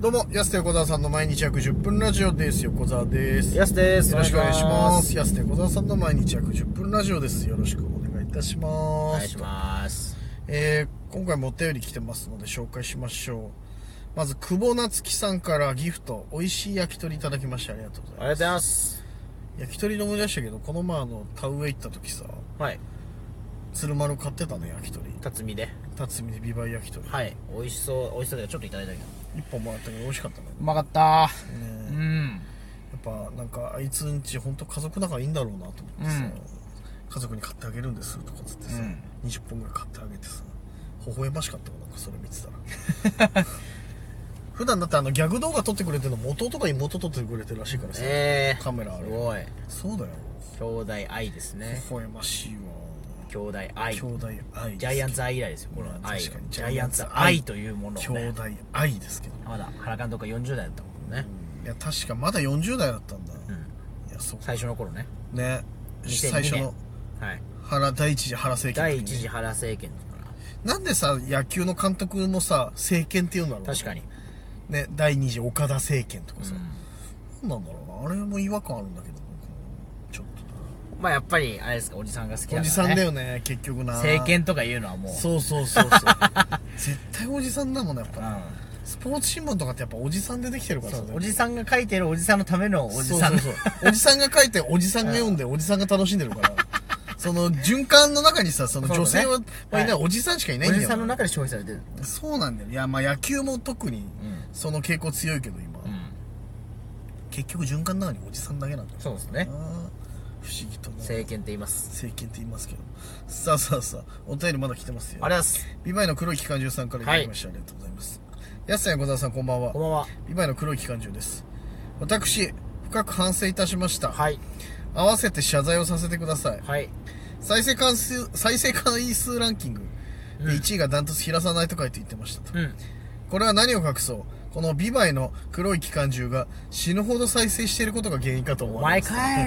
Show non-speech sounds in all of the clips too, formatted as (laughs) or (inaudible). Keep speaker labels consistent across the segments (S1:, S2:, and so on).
S1: どうも、安手横澤さんの毎日約10分ラジオです。横澤です。
S2: やすです。
S1: よろしくお願いしま
S2: お
S1: す。安手横澤さんの毎日約10分ラジオです。よろしくお願いいたします。
S2: 願いします。
S1: えー今回もお便り来てますので紹介しましょう。まず、久保夏樹さんからギフト、美味しい焼き鳥いただきましてありがとうござい
S2: あ
S1: ます。
S2: りがとうございます。
S1: 焼き鳥で思い出したけど、この前あの、田植え行った時さ、
S2: はい。
S1: 鶴丸買ってたね、焼き鳥。
S2: 辰巳で。
S1: 辰巳でビバイ焼き鳥。
S2: はい。美味しそう、美味しそうでちょっといただいたけど。
S1: 一本もらったけど美味しかったね。
S2: うまかった。
S1: ね
S2: うん。
S1: やっぱなんかあいつんち本当家族仲いいんだろうなと思ってさ、
S2: うん
S1: 家族に買ってあげるんですとかつってさ、
S2: うん
S1: 20本ぐらい買ってあげてさ微笑ましかったもんなんかそれ見てたら普段だってあのギャグ動画撮ってくれてるの元とか妹撮ってくれてるらしいからさ、
S2: えー。
S1: カメラある
S2: すごい。
S1: そうだよ
S2: 兄弟愛ですね。
S1: 微笑ましいわ
S2: 兄弟
S1: 兄
S2: 愛。ジ
S1: 弟愛
S2: ャイアンツ愛以来ですよ、この
S1: うん
S2: 愛。ジ
S1: 確かに
S2: ャイアンツ愛というものを
S1: 兄
S2: ね。
S1: 弟愛ですけど、
S2: まだ原監督が40代だったもんね。
S1: いや確かまだ40代だったんだ、いやそう
S2: 最初の頃ね。
S1: ね
S2: 2002
S1: 最初の
S2: はい。
S1: 原第一次原政権の時
S2: 第
S1: ね
S2: 一次原政権だから。
S1: なんでさ、野球の監督もさ、政権っていうんだろう
S2: 確かに。
S1: に。ね、第二次岡田政権とかさ。
S2: うん
S1: なんだろうな。あれも違和感あるんだけど、僕ちょっ
S2: まあやっぱり、あれですか、おじさんが好き
S1: と。お
S2: だからね。
S1: じさんだよね、結局な。
S2: 政。権とか言うのはもう。
S1: そうそう
S2: (laughs)
S1: そうそう。絶対おじさんだもんね、やっぱ、
S2: うん。
S1: スポーツ新聞とかってやっぱおじさんでできてるからさ。
S2: おじさんが書いてるおじさんのため (laughs) のおじさん
S1: そうそうそうおじさんが書いて、おじさんが読んで、おじさんが楽しんでるから。その循環の中にさ、その女性は、
S2: そうだね
S1: まあいない、
S2: はい
S1: おじさんしかいないん
S2: お
S1: だよ。
S2: じさんの中で消費されてる、
S1: そうなんだよ。いや、まあ野球も特に、その傾向強いけど、今。結局循環の中におじさんだけなんだよ
S2: そうですね
S1: な不思議とね
S2: 政権って言います
S1: 政権って言いますけどさあさあさあお便りまだ来てますよ
S2: ありがとうございます
S1: ビバイの黒い機関銃さんからいただきました、ありがとうございますやすさん横澤さんこんばんは
S2: こんばんは
S1: ビバイの黒い機関銃です私深く反省いたしました、
S2: はい
S1: 合わせて謝罪をさせてください
S2: はい
S1: 再生関数再生回数ランキングで1位がダントツ平さないと書いて言ってましたと、
S2: うん
S1: これは何を隠そうこのビバイの黒い機関銃が死ぬほど再生していることが原因かと思
S2: お
S1: われ
S2: 前
S1: ます
S2: かい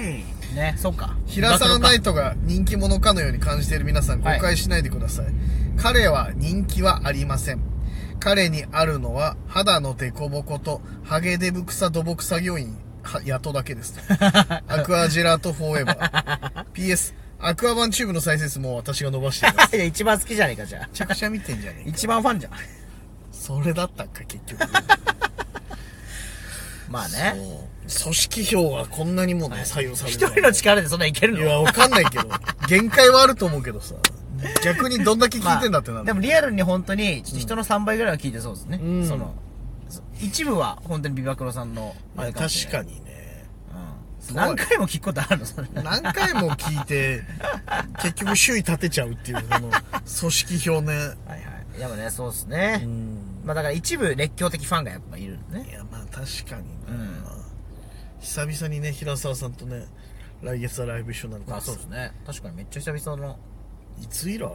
S2: ねそっか
S1: 平沢ナイ
S2: ト
S1: トが人気者かのように感じている皆さん誤
S2: はい
S1: 解しないでください、彼は人気はありません彼にあるのは肌のデコボコとハゲデブ草土木作業員は雇だけです (laughs) アクアジェラートフォーエバー PS アクア版チューブの再生数も私が伸ばしてい (laughs) ます
S2: (laughs) いや一番好きじゃねえかじゃあ
S1: めちゃくちゃ見てんじゃねえ
S2: 一番ファンじゃん
S1: それだったんか結局
S2: まあね
S1: もう組織票がこんなにもね左右される
S2: 一人の力でそんないけるの
S1: いや、わかんないけ
S2: (laughs)
S1: ど。限界はあると思うけどさ。逆にどんだけ
S2: ま
S1: 聞い
S2: あ
S1: てんだってなる。
S2: でもリアルに本当にちょっと人の3倍ぐらいは聞いてそうですね、
S1: うん
S2: そのそ一部は本当にビバクロさんの
S1: まあ、
S2: もし
S1: 確か
S2: れ
S1: にね。
S2: ない、うん、何回も聞くことあるのそれ
S1: 何回も聞いて、結局周囲立てちゃうっていう、この、組織票ね。
S2: はいはい。でもね、そうですね。
S1: うん。
S2: まあだから一部熱狂的ファンがやっぱいるの
S1: い
S2: ね。
S1: や、まあ確かにな、
S2: うん
S1: 久々にね、平沢さんとね、来月はライブ一緒になるから
S2: あ
S1: さ
S2: そうですね。確かにめっちゃ久々の。
S1: いつ以来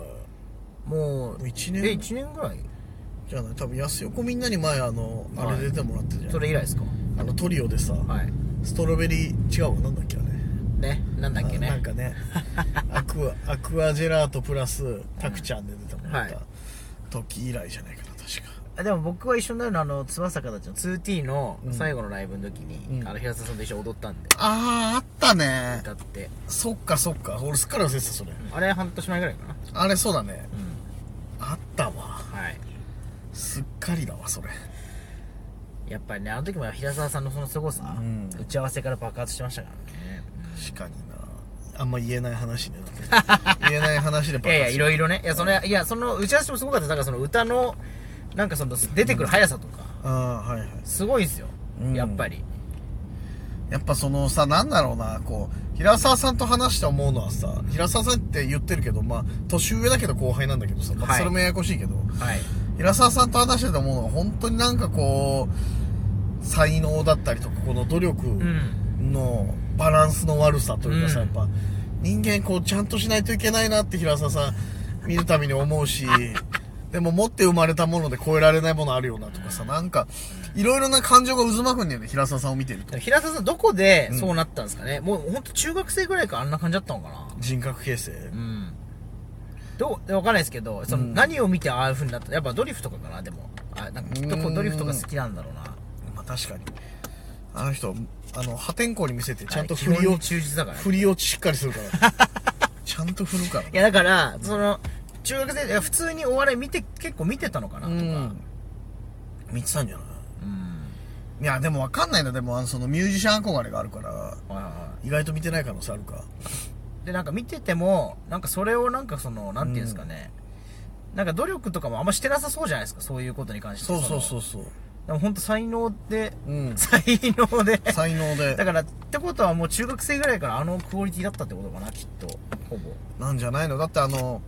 S2: も
S1: も
S2: う、
S1: う一年
S2: え、1年ぐらい
S1: じゃあね、多分安横みんなに前、あの、あれ出てもらったじゃん。
S2: それ以来ですか
S1: あの、トリオでさ、
S2: はい。
S1: ストロベリー、違うわ、なんだっけ、あれ。
S2: ね。なんだっけ
S1: あなん
S2: ね。
S1: かね
S2: (laughs)
S1: アクアアクアジェラートプラスタクちゃんで出てもらっ
S2: はい
S1: た時以来じゃないかな確か
S2: あでも僕は一緒になるのはあの、翼かたちの 2T の
S1: うん
S2: 最後のライブの時に、
S1: うん
S2: あの、平田さんと一緒に踊ったんで、
S1: あああったね
S2: 歌って。
S1: そっかそっか俺すっかり忘れてたそれ
S2: あれ半年前ぐらいかな。
S1: あれそうだね
S2: うん。
S1: あったわ
S2: はい。
S1: すっかりだわそれ
S2: やっぱりね、あの時も平沢さんのその凄さ、
S1: うん
S2: 打ち合わせから爆発してましたからね。
S1: 確かになあんま言えない
S2: (laughs)
S1: 話ねだって言えない話で
S2: い
S1: 爆
S2: やいや、
S1: 発
S2: いろいろね。いや、その、いや、その、打ち合わせもすごかった。だから、その歌の、なんかその、出てくる速さとか、
S1: ああはいはい
S2: すごいですよ
S1: うん。
S2: やっぱり。
S1: やっぱそのさ、なんだろうな、こう、平沢さんと話して思うのはさ、平沢さんって言ってるけど、まあ、年上だけど後輩なんだけどさ、まあ
S2: はい
S1: それもややこしいけど、
S2: はい。
S1: 平沢さんと話してて思うのは、本当になんかこう、才能だったりとか、この努力
S2: うん。
S1: のバランスの悪さというかさ、
S2: うん
S1: やっぱ、人間こう、ちゃんとしないといけないなって平沢さん見るたびに思うし、 (laughs) でも持って生まれたもので超えられないものあるよなとかさ、なんか、いろいろな感情が渦巻くんだよね、平沢さんを見てると
S2: で。も平沢さん、どこでそうなったんですかね、もう、ほんと中学生ぐらいからあんな感じだったのかな
S1: 人格形成。
S2: うん。どう、わかんないですけど、その、
S1: うん
S2: 何を見てああいう風になったやっぱドリフとかかな、でも。あ、なんかきっとこ
S1: う
S2: うんドリフとか好きなんだろうな。
S1: 確かに。あの人、あの、破天荒に見せて、ちゃんと
S2: 基
S1: 振
S2: 本
S1: り
S2: に
S1: を、
S2: 忠実だからね
S1: 振りをしっかりするから。
S2: (laughs)
S1: ちゃんと振るから。
S2: いやだからその中学生いや普通にお笑い見て結構見てたのかなとか
S1: うん見てたんじゃない
S2: うん
S1: いや、でもわかんないな。でも、あの、そのミュージシャン憧れがあるから、
S2: はいはいはい
S1: 意外と見てない可能性あるか。
S2: でなんか見ててもなんかそれをなんかそのなんていうんですかね、なんか努力とかもあんましてなさそうじゃないですかそういうことに関して
S1: そうそう
S2: う
S1: そうそう。
S2: でも本当才能で
S1: うん。
S2: 才能で
S1: 才能で、
S2: だからってことはもう中学生ぐらいからあのクオリティだったってことかなきっとほぼ
S1: なんじゃないのだってあの、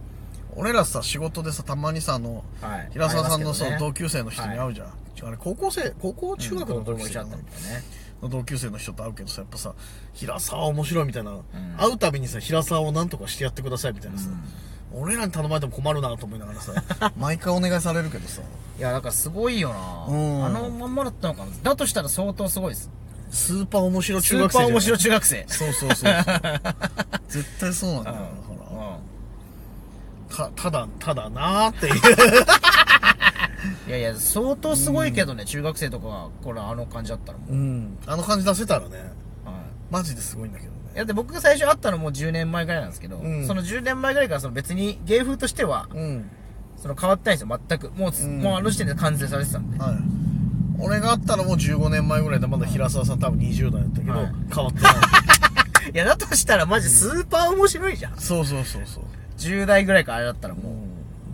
S1: 俺らさ、仕事でさ、たまにさ、あの、
S2: はい
S1: 平沢さんのそう、
S2: ありますけど
S1: 同
S2: ね
S1: 級生の人に会うじゃん。あれ、高校生、高校中学の同級生
S2: だ
S1: か
S2: っ
S1: な
S2: たみたいね
S1: の同級生の人と会うけどさ、やっぱさ、平沢面白いみたいな、
S2: ん
S1: 会うたびにさ、平沢をなんとかしてやってくださいみたいなさ、俺らに頼まれても困るなと思いながらさ、 (laughs) 毎回お願いされるけどさ、
S2: いやだからすごいよな
S1: うん
S2: あのまんまだったのかなだとしたら相当すごいです
S1: スーパー面白
S2: ス
S1: 中
S2: ー
S1: 学生じゃ
S2: パー
S1: ない
S2: 面白中学生
S1: そうそうそうそう (laughs) 絶対そうなんだよな、
S2: う
S1: ほ
S2: ん
S1: らたただただなーっていう
S2: いやいや相当すごいけどね、中学生とかはこれあの感じだったらもう、
S1: うんあの感じ出せたらね
S2: は
S1: マジですごいんだけど
S2: い
S1: ね
S2: だって僕が最初会ったのもう10年前ぐらいなんですけど、
S1: うん
S2: その10年前ぐらいからその別に芸風としては
S1: うん
S2: その変わってないんですよ全くもう,、
S1: ん
S2: もうあの時点で完成されてたんで
S1: はい俺があったらもう15年前ぐらいでまだ平沢さん多分20代だったけど、
S2: はい
S1: 変わってない
S2: いやだとしたらマジスーパー面白いじゃ
S1: (laughs)
S2: ん、
S1: そうそうそうそう
S2: 10代ぐらいからあれだったら
S1: う
S2: も
S1: ん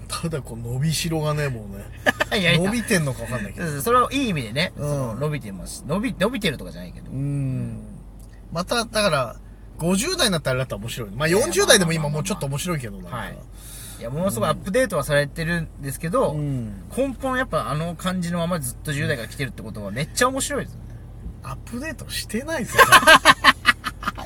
S1: ただこう伸びしろがねもうね
S2: う (laughs) いやいや
S1: 伸びてんのか分かんない
S2: (laughs)
S1: けど
S2: うんそれはいい意味でね、
S1: うん
S2: その伸びてます伸び伸びてるとかじゃないけど、
S1: うんまただから50代になったらあれだったら面白いまあ40代でも今もうちょっと面白いけどな
S2: はいいやものすごいアップデートはされてるんですけど、
S1: うん
S2: 根本やっぱあの感じのままずっと10代から来てるってことはめっちゃ面白いですよね
S1: アップデートしてないぞ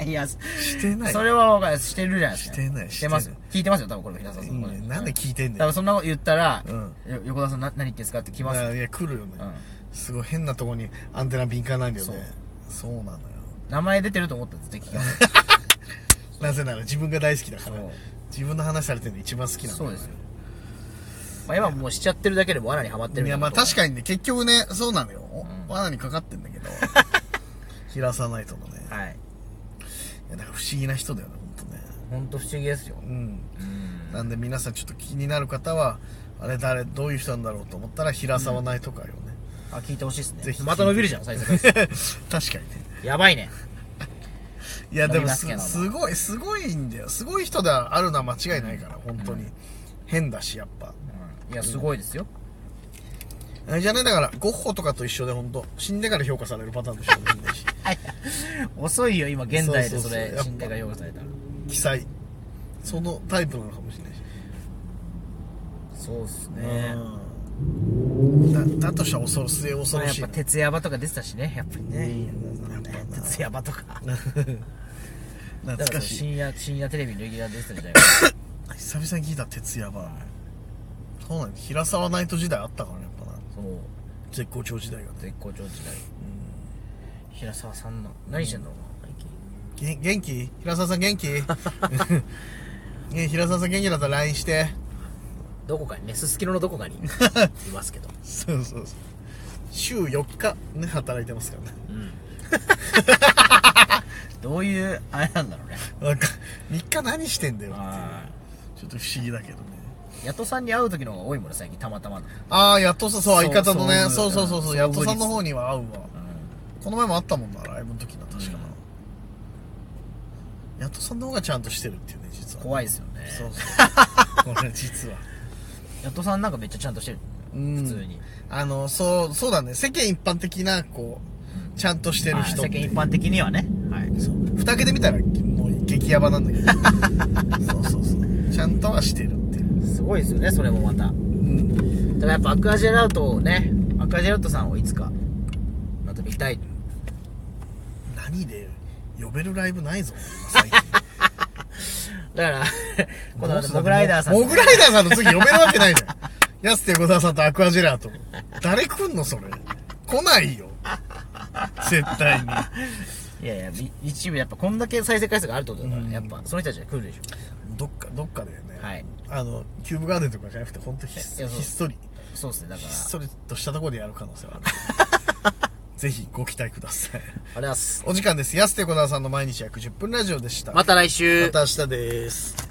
S2: いや、
S1: してない
S2: それは分かるしてるじゃないですか。
S1: してない
S2: してますよ
S1: し。
S2: 聞いてますよ、多分これ、平沢さ。
S1: うん
S2: これ
S1: んなんで聞いてんね
S2: 多
S1: ん
S2: 分そんなこと言ったら、
S1: うん
S2: よ横田さんな何言ってんすかって来ますよ。
S1: いや来るよね、
S2: うん
S1: すごい変なとこにアンテナ敏感なんだよねそうなのよ
S2: 名前出てると思ったら絶対聞
S1: (laughs)
S2: きます。
S1: なぜなら自分が大好きだから
S2: そう
S1: 自分の話されてるの一番好きなんだ
S2: そ
S1: よ
S2: うですよ。まあ今もうしちゃってるだけでも罠にはまってる
S1: いやまあ確
S2: か
S1: かにね結局ねそうなのよ、
S2: ん
S1: 罠にかかってんだ
S2: (laughs)
S1: けど平沢ナイトのねい
S2: はい。
S1: やだから不思議な人だよね本当ね
S2: ほんと不思議ですよ。
S1: うん
S2: うん。
S1: なんで皆さんちょっと気になる方はあれ誰どういう人なんだろうと思ったら平沢ナイト会をね、
S2: あ、聞いてほしいですね。
S1: ぜひ
S2: また伸びるじゃん、再生回数
S1: (laughs) 確かにね
S2: やばいね。
S1: いやで
S2: 伸び
S1: も
S2: ます
S1: す
S2: けども
S1: すごいすごいんだよすごい人であるのは間違いないから本当に、変だしやっぱ
S2: うんいや、すごいですよ。
S1: あれじゃねだからゴッホとかと一緒で本当死んでから評価されるパターンと一緒でもいい
S2: (laughs)
S1: し
S2: 遅いよ、今現代で
S1: そうそ
S2: そう
S1: そう
S2: れ
S1: やっ、ぱ
S2: 死んでから用意されたら。
S1: 記載そのタイプなのかもしれないし、
S2: そうっすね。
S1: うんだだとしたら恐ろ末恐
S2: まあ
S1: ろ
S2: やっ
S1: しい
S2: ぱ
S1: な
S2: 徹夜場とか出てたしね、やっぱりね。徹夜場とか。だ
S1: 懐
S2: から
S1: かしい
S2: 深夜、深夜テレビのレギュラー出てたじゃない (laughs) ですか。
S1: 久々に聞いた徹夜ばそうなんだ平沢ナイト時代あったからねやっぱな
S2: そう、
S1: 絶好調時代がね
S2: 絶好調時代。平沢さんの、何してんの最近。
S1: げ元気平沢さん元気 (laughs) ね平沢さん元気だったら LINE して
S2: どこかにね、すすきののどこ (laughs) かにいますけど。
S1: そうそうそう週4日ね働いてますからね
S2: どういう、あれなんだろうね。
S1: なんか3日何してんだよって
S2: は
S1: いうちょっと不思議だけどね
S2: ヤトさんに会う時の方が多いもんね、最近、たまたまの。
S1: ああやっとさそう
S2: そう
S1: 相方のね
S2: そ
S1: そううそうそうそう
S2: うん
S1: やっとさんの方には合うわ
S2: うん
S1: この前もあったもんなライブの時な確かな
S2: う
S1: やっとさんの方がちゃんとしてるっていうね実は
S2: 怖いですよね。
S1: そう (laughs) そうこれ実は
S2: ヤトさんなんかめっちゃちゃんとしてる。
S1: うん
S2: 普通に。
S1: あのそうそうだね世間一般的なこうちゃんとしてる
S2: はい
S1: 人
S2: 世
S1: って
S2: 間一般的にはね。はい。
S1: 蓋開けてみたらもう激ヤバなんだけ (laughs) どそうそうそうちゃんとはしてるっていう、
S2: すごいですよね、それもまた。
S1: うん、
S2: ただやっぱアクアジェラウトをねアクアジェラウトさんをいつかまた見たい
S1: 何で呼べるライブないぞ最近
S2: だから (laughs) このモグライダーさん
S1: モグライダーさんの次呼べるわけないじゃん (laughs) やすて横澤さんとアクアジェラート誰来んのそれ来ないよ絶対に
S2: いやいやみ一部やっぱこんだけ再生回数があるってことだから、やっぱその人たちが来るでしょ
S1: どっかどっかだよね、
S2: はい
S1: あのキューブガーデンとかじゃなくて本当ひっ
S2: いやそう
S1: ひっそり
S2: そうですねだか (laughs)
S1: ひっそりとしたところでやる可能性はある。ぜひご期待ください。
S2: りがとうございます。
S1: お時間です。安手小沢さんの毎日約10分ラジオでした。
S2: また来週。
S1: また明日です。